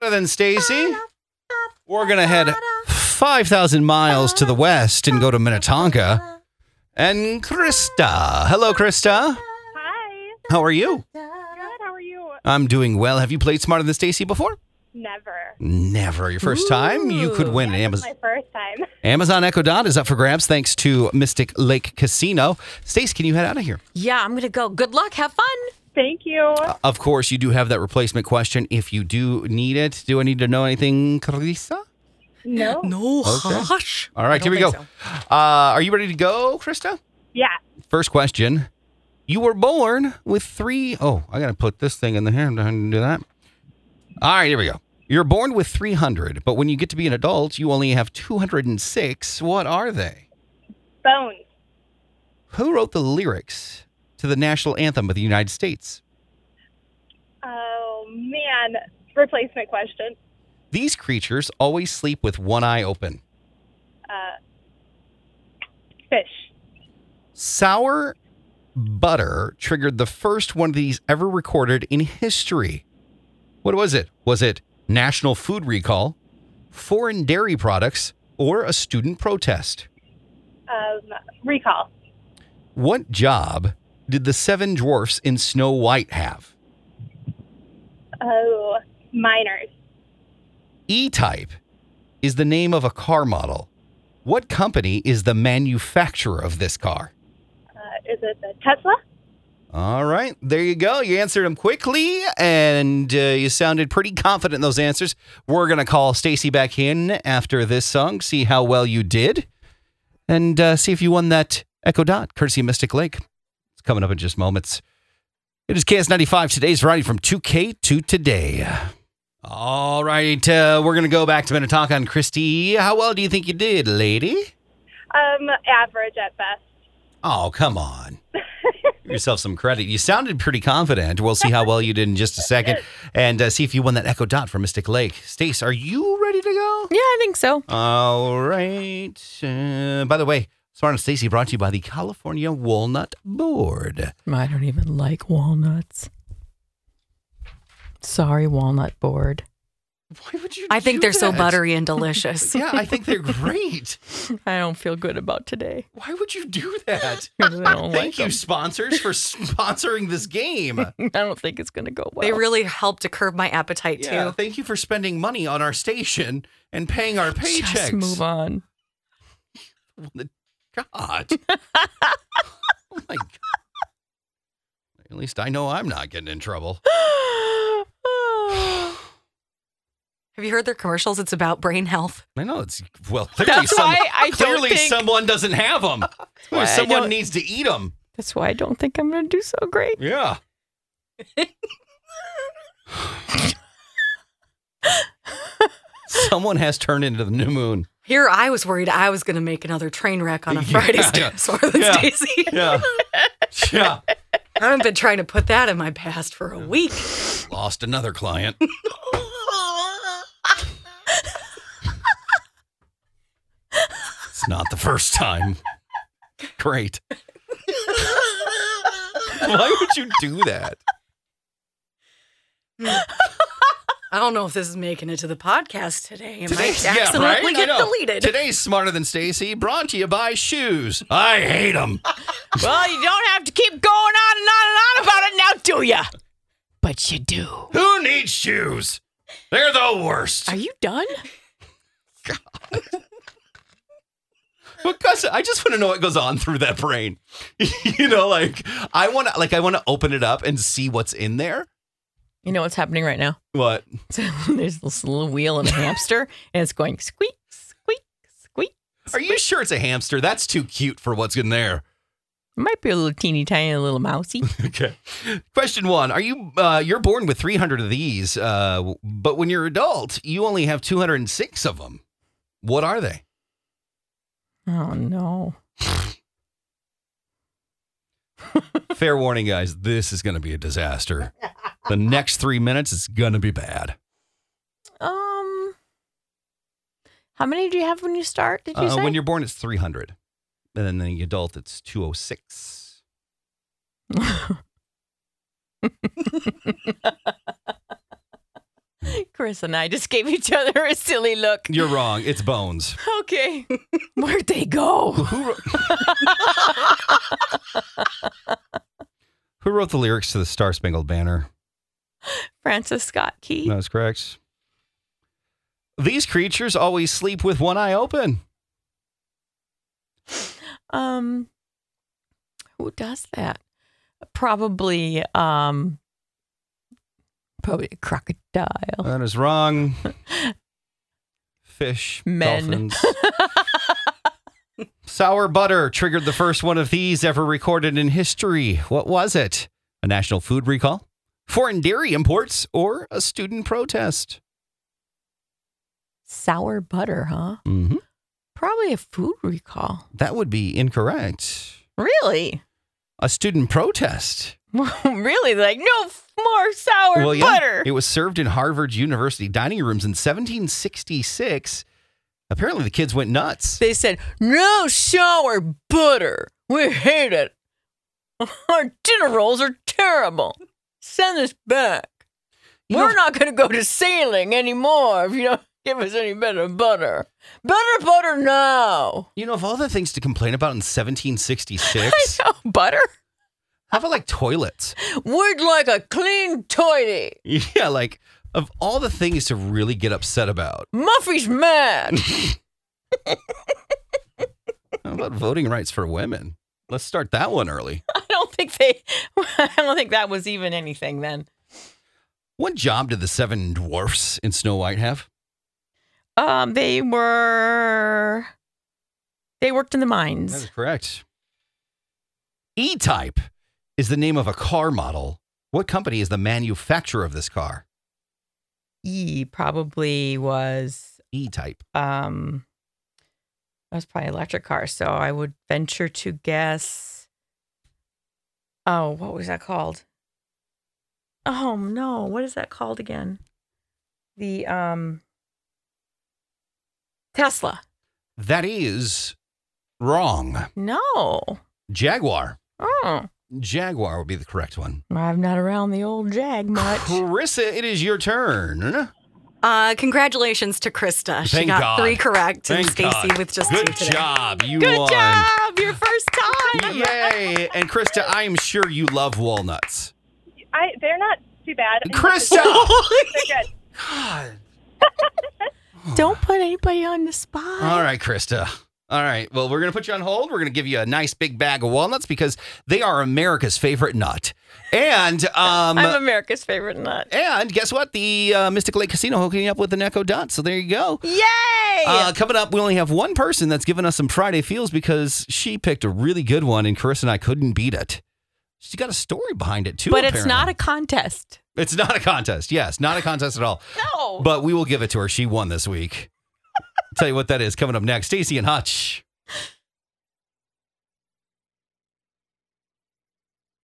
than Stacy. We're going to head 5,000 miles to the west and go to Minnetonka. And Krista. Hello, Krista. Hi. How are you? Good. How are you? I'm doing well. Have you played Smarter Than Stacy before? Never. Never. Your first time? You could win an Amazon. My first time. Amazon Echo Dot is up for grabs thanks to Mystic Lake Casino. Stace, can you head out of here? Yeah, I'm going to go. Good luck. Have fun. Thank you. Of course, you do have that replacement question if you do need it. Do I need to know anything, Carissa? No. No hush. All right, I here we go. don't think Uh, are you ready to go, Krista? Yeah. First question. You were born with three oh, I got to put this thing in the hair. I'm not going to do that. All right, here we go. You're born with 300, but when you get to be an adult, you only have 206. What are they? Bones. Who wrote the lyrics to the national anthem of the United States? Oh man. Replacement question. These creatures always sleep with one eye open. Uh, fish. Sour butter triggered the first one of these ever recorded in history. What was it? Was it national food recall, foreign dairy products, or a student protest? Um, recall. What job did the seven dwarfs in Snow White have? Oh, miners. E Type is the name of a car model. What company is the manufacturer of this car? Uh, is it the Tesla? All right, there you go. You answered them quickly, and uh, you sounded pretty confident in those answers. We're gonna call Stacy back in after this song, see how well you did, and uh, see if you won that Echo Dot, courtesy of Mystic Lake. It's coming up in just moments. It is KS ninety five. Today's variety from two K to today. All right, uh, we're gonna go back to Minnetonka and Christy. How well do you think you did, lady? Um, average at best. Oh, come on. Give yourself some credit. You sounded pretty confident. We'll see how well you did in just a second and uh, see if you won that Echo Dot from Mystic Lake. Stace, are you ready to go? Yeah, I think so. All right. Uh, by the way, Smart and Stacy brought to you by the California Walnut Board. I don't even like walnuts. Sorry, walnut board. Why would you I think do they're so that? buttery and delicious. Yeah, I think they're great. I don't feel good about today. Why would you do that? 'cause I don't Thank like you, 'em. sponsors, for sponsoring this game. I don't think it's going to go well. They really help to curb my appetite Yeah, too. thank you for spending money on our station and paying our paychecks. Just move on. the God. oh my God. At least I know I'm not getting in trouble. Have you heard their commercials? It's about brain health. I know it's well. Clearly That's some- why I don't clearly think- someone doesn't have them. why I someone don't- needs to eat them. That's why I don't think I'm going to do so great. Yeah. someone has turned into the new moon. Here, I was worried I was going to make another train wreck on a Yeah, Friday's yeah. yeah, than Yeah. Stacy. Yeah. Yeah. I've been trying to put that in my past for a week. Lost another client. It's not the first time. Great. Why would you do that? I don't know if this is making it to the podcast today. It might Today's- yeah, accidentally right? I get know. deleted. Today's Smarter Than Stacy brought to you by shoes. I hate them. Well, you don't have to keep going on and on and on about it now, do ya? But you do. Who needs shoes? They're the worst. Are you done? because I just want to know what goes on through that brain. you know, like I want to like I want to open it up and see what's in there. You know what's happening right now? What? So there's this little wheel and a hamster, and it's going squeak, squeak, squeak. Are you sure it's a hamster? That's too cute for what's in there. It might be a little teeny tiny little mousey. Okay. Question one: Are you uh, you're born with 300 of these, uh, but when you're adult, you only have 206 of them. What are they? Oh no. Fair warning, guys. This is going to be a disaster. The next three minutes is going to be bad. Um, how many do you have when you start? Did you Uh, say? when you're born, it's 300, and then the adult, it's 206. Chris and I just gave each other a silly look. You're wrong. It's bones. Okay. Where'd they go? Who wrote, Who wrote the lyrics to the Star Spangled Banner? Francis Scott Key. That's correct. These creatures always sleep with one eye open. Um who does that? Probably um probably a crocodile. That is wrong. Fish, Men. dolphins. Sour butter triggered the first one of these ever recorded in history. What was it? A national food recall, foreign dairy imports, or a student protest? Sour butter, huh? hmm Probably a food recall. That would be incorrect. Really? A student protest. really? Like no f- more sour well, yeah, butter. it was served in Harvard University dining rooms in 1766. Apparently, the kids went nuts. They said, no sour butter. We hate it. Our dinner rolls are terrible. Send us back. You We're know- not going to go to sailing anymore if you don't give us any better butter. Better butter now. You know, of all the things to complain about in 1766, I know, butter? how about like toilets? We'd like a clean toity. Yeah, like of all the things to really get upset about, Muffy's mad. how about voting rights for women? Let's start that one early. I don't think they, I don't think that was even anything then. What job did the seven dwarfs in Snow White have? Um, they were, they worked in the mines. That is correct. E Type is the name of a car model. What company is the manufacturer of this car? E probably was E Type. um that was probably electric car, so I would venture to guess Oh, what was that called? Oh no, what is that called again? The um Tesla. That is wrong. No. Jaguar. Oh. Jaguar would be the correct one. I'm not around the old jag much. Carissa, it is your turn. Uh, congratulations to Krista. she Thank got God. three correct, and Thank Stacy God. with just Good two today. job. You Good won. job. Your first time. Yay. And Krista, I am sure you love walnuts. I, they're not too bad. Krista! They're good. God. Don't put anybody on the spot. All right, Krista. All right. Well, we're going to put you on hold. We're going to give you a nice big bag of walnuts because they are America's favorite nut. And um I'm America's favorite nut. and guess what? The uh, Mystic Lake Casino hooking up with an Echo Dot. So there you go. Yay! Uh, coming up, we only have one person that's given us some Friday feels because she picked a really good one, and Carissa and I couldn't beat it. She got a story behind it too. but it's not a apparently. contest. It's not a contest. Yes, not a contest at all. No. But we will give it to her. She won this week. Tell you what that is coming up next. Stacy and Hutch.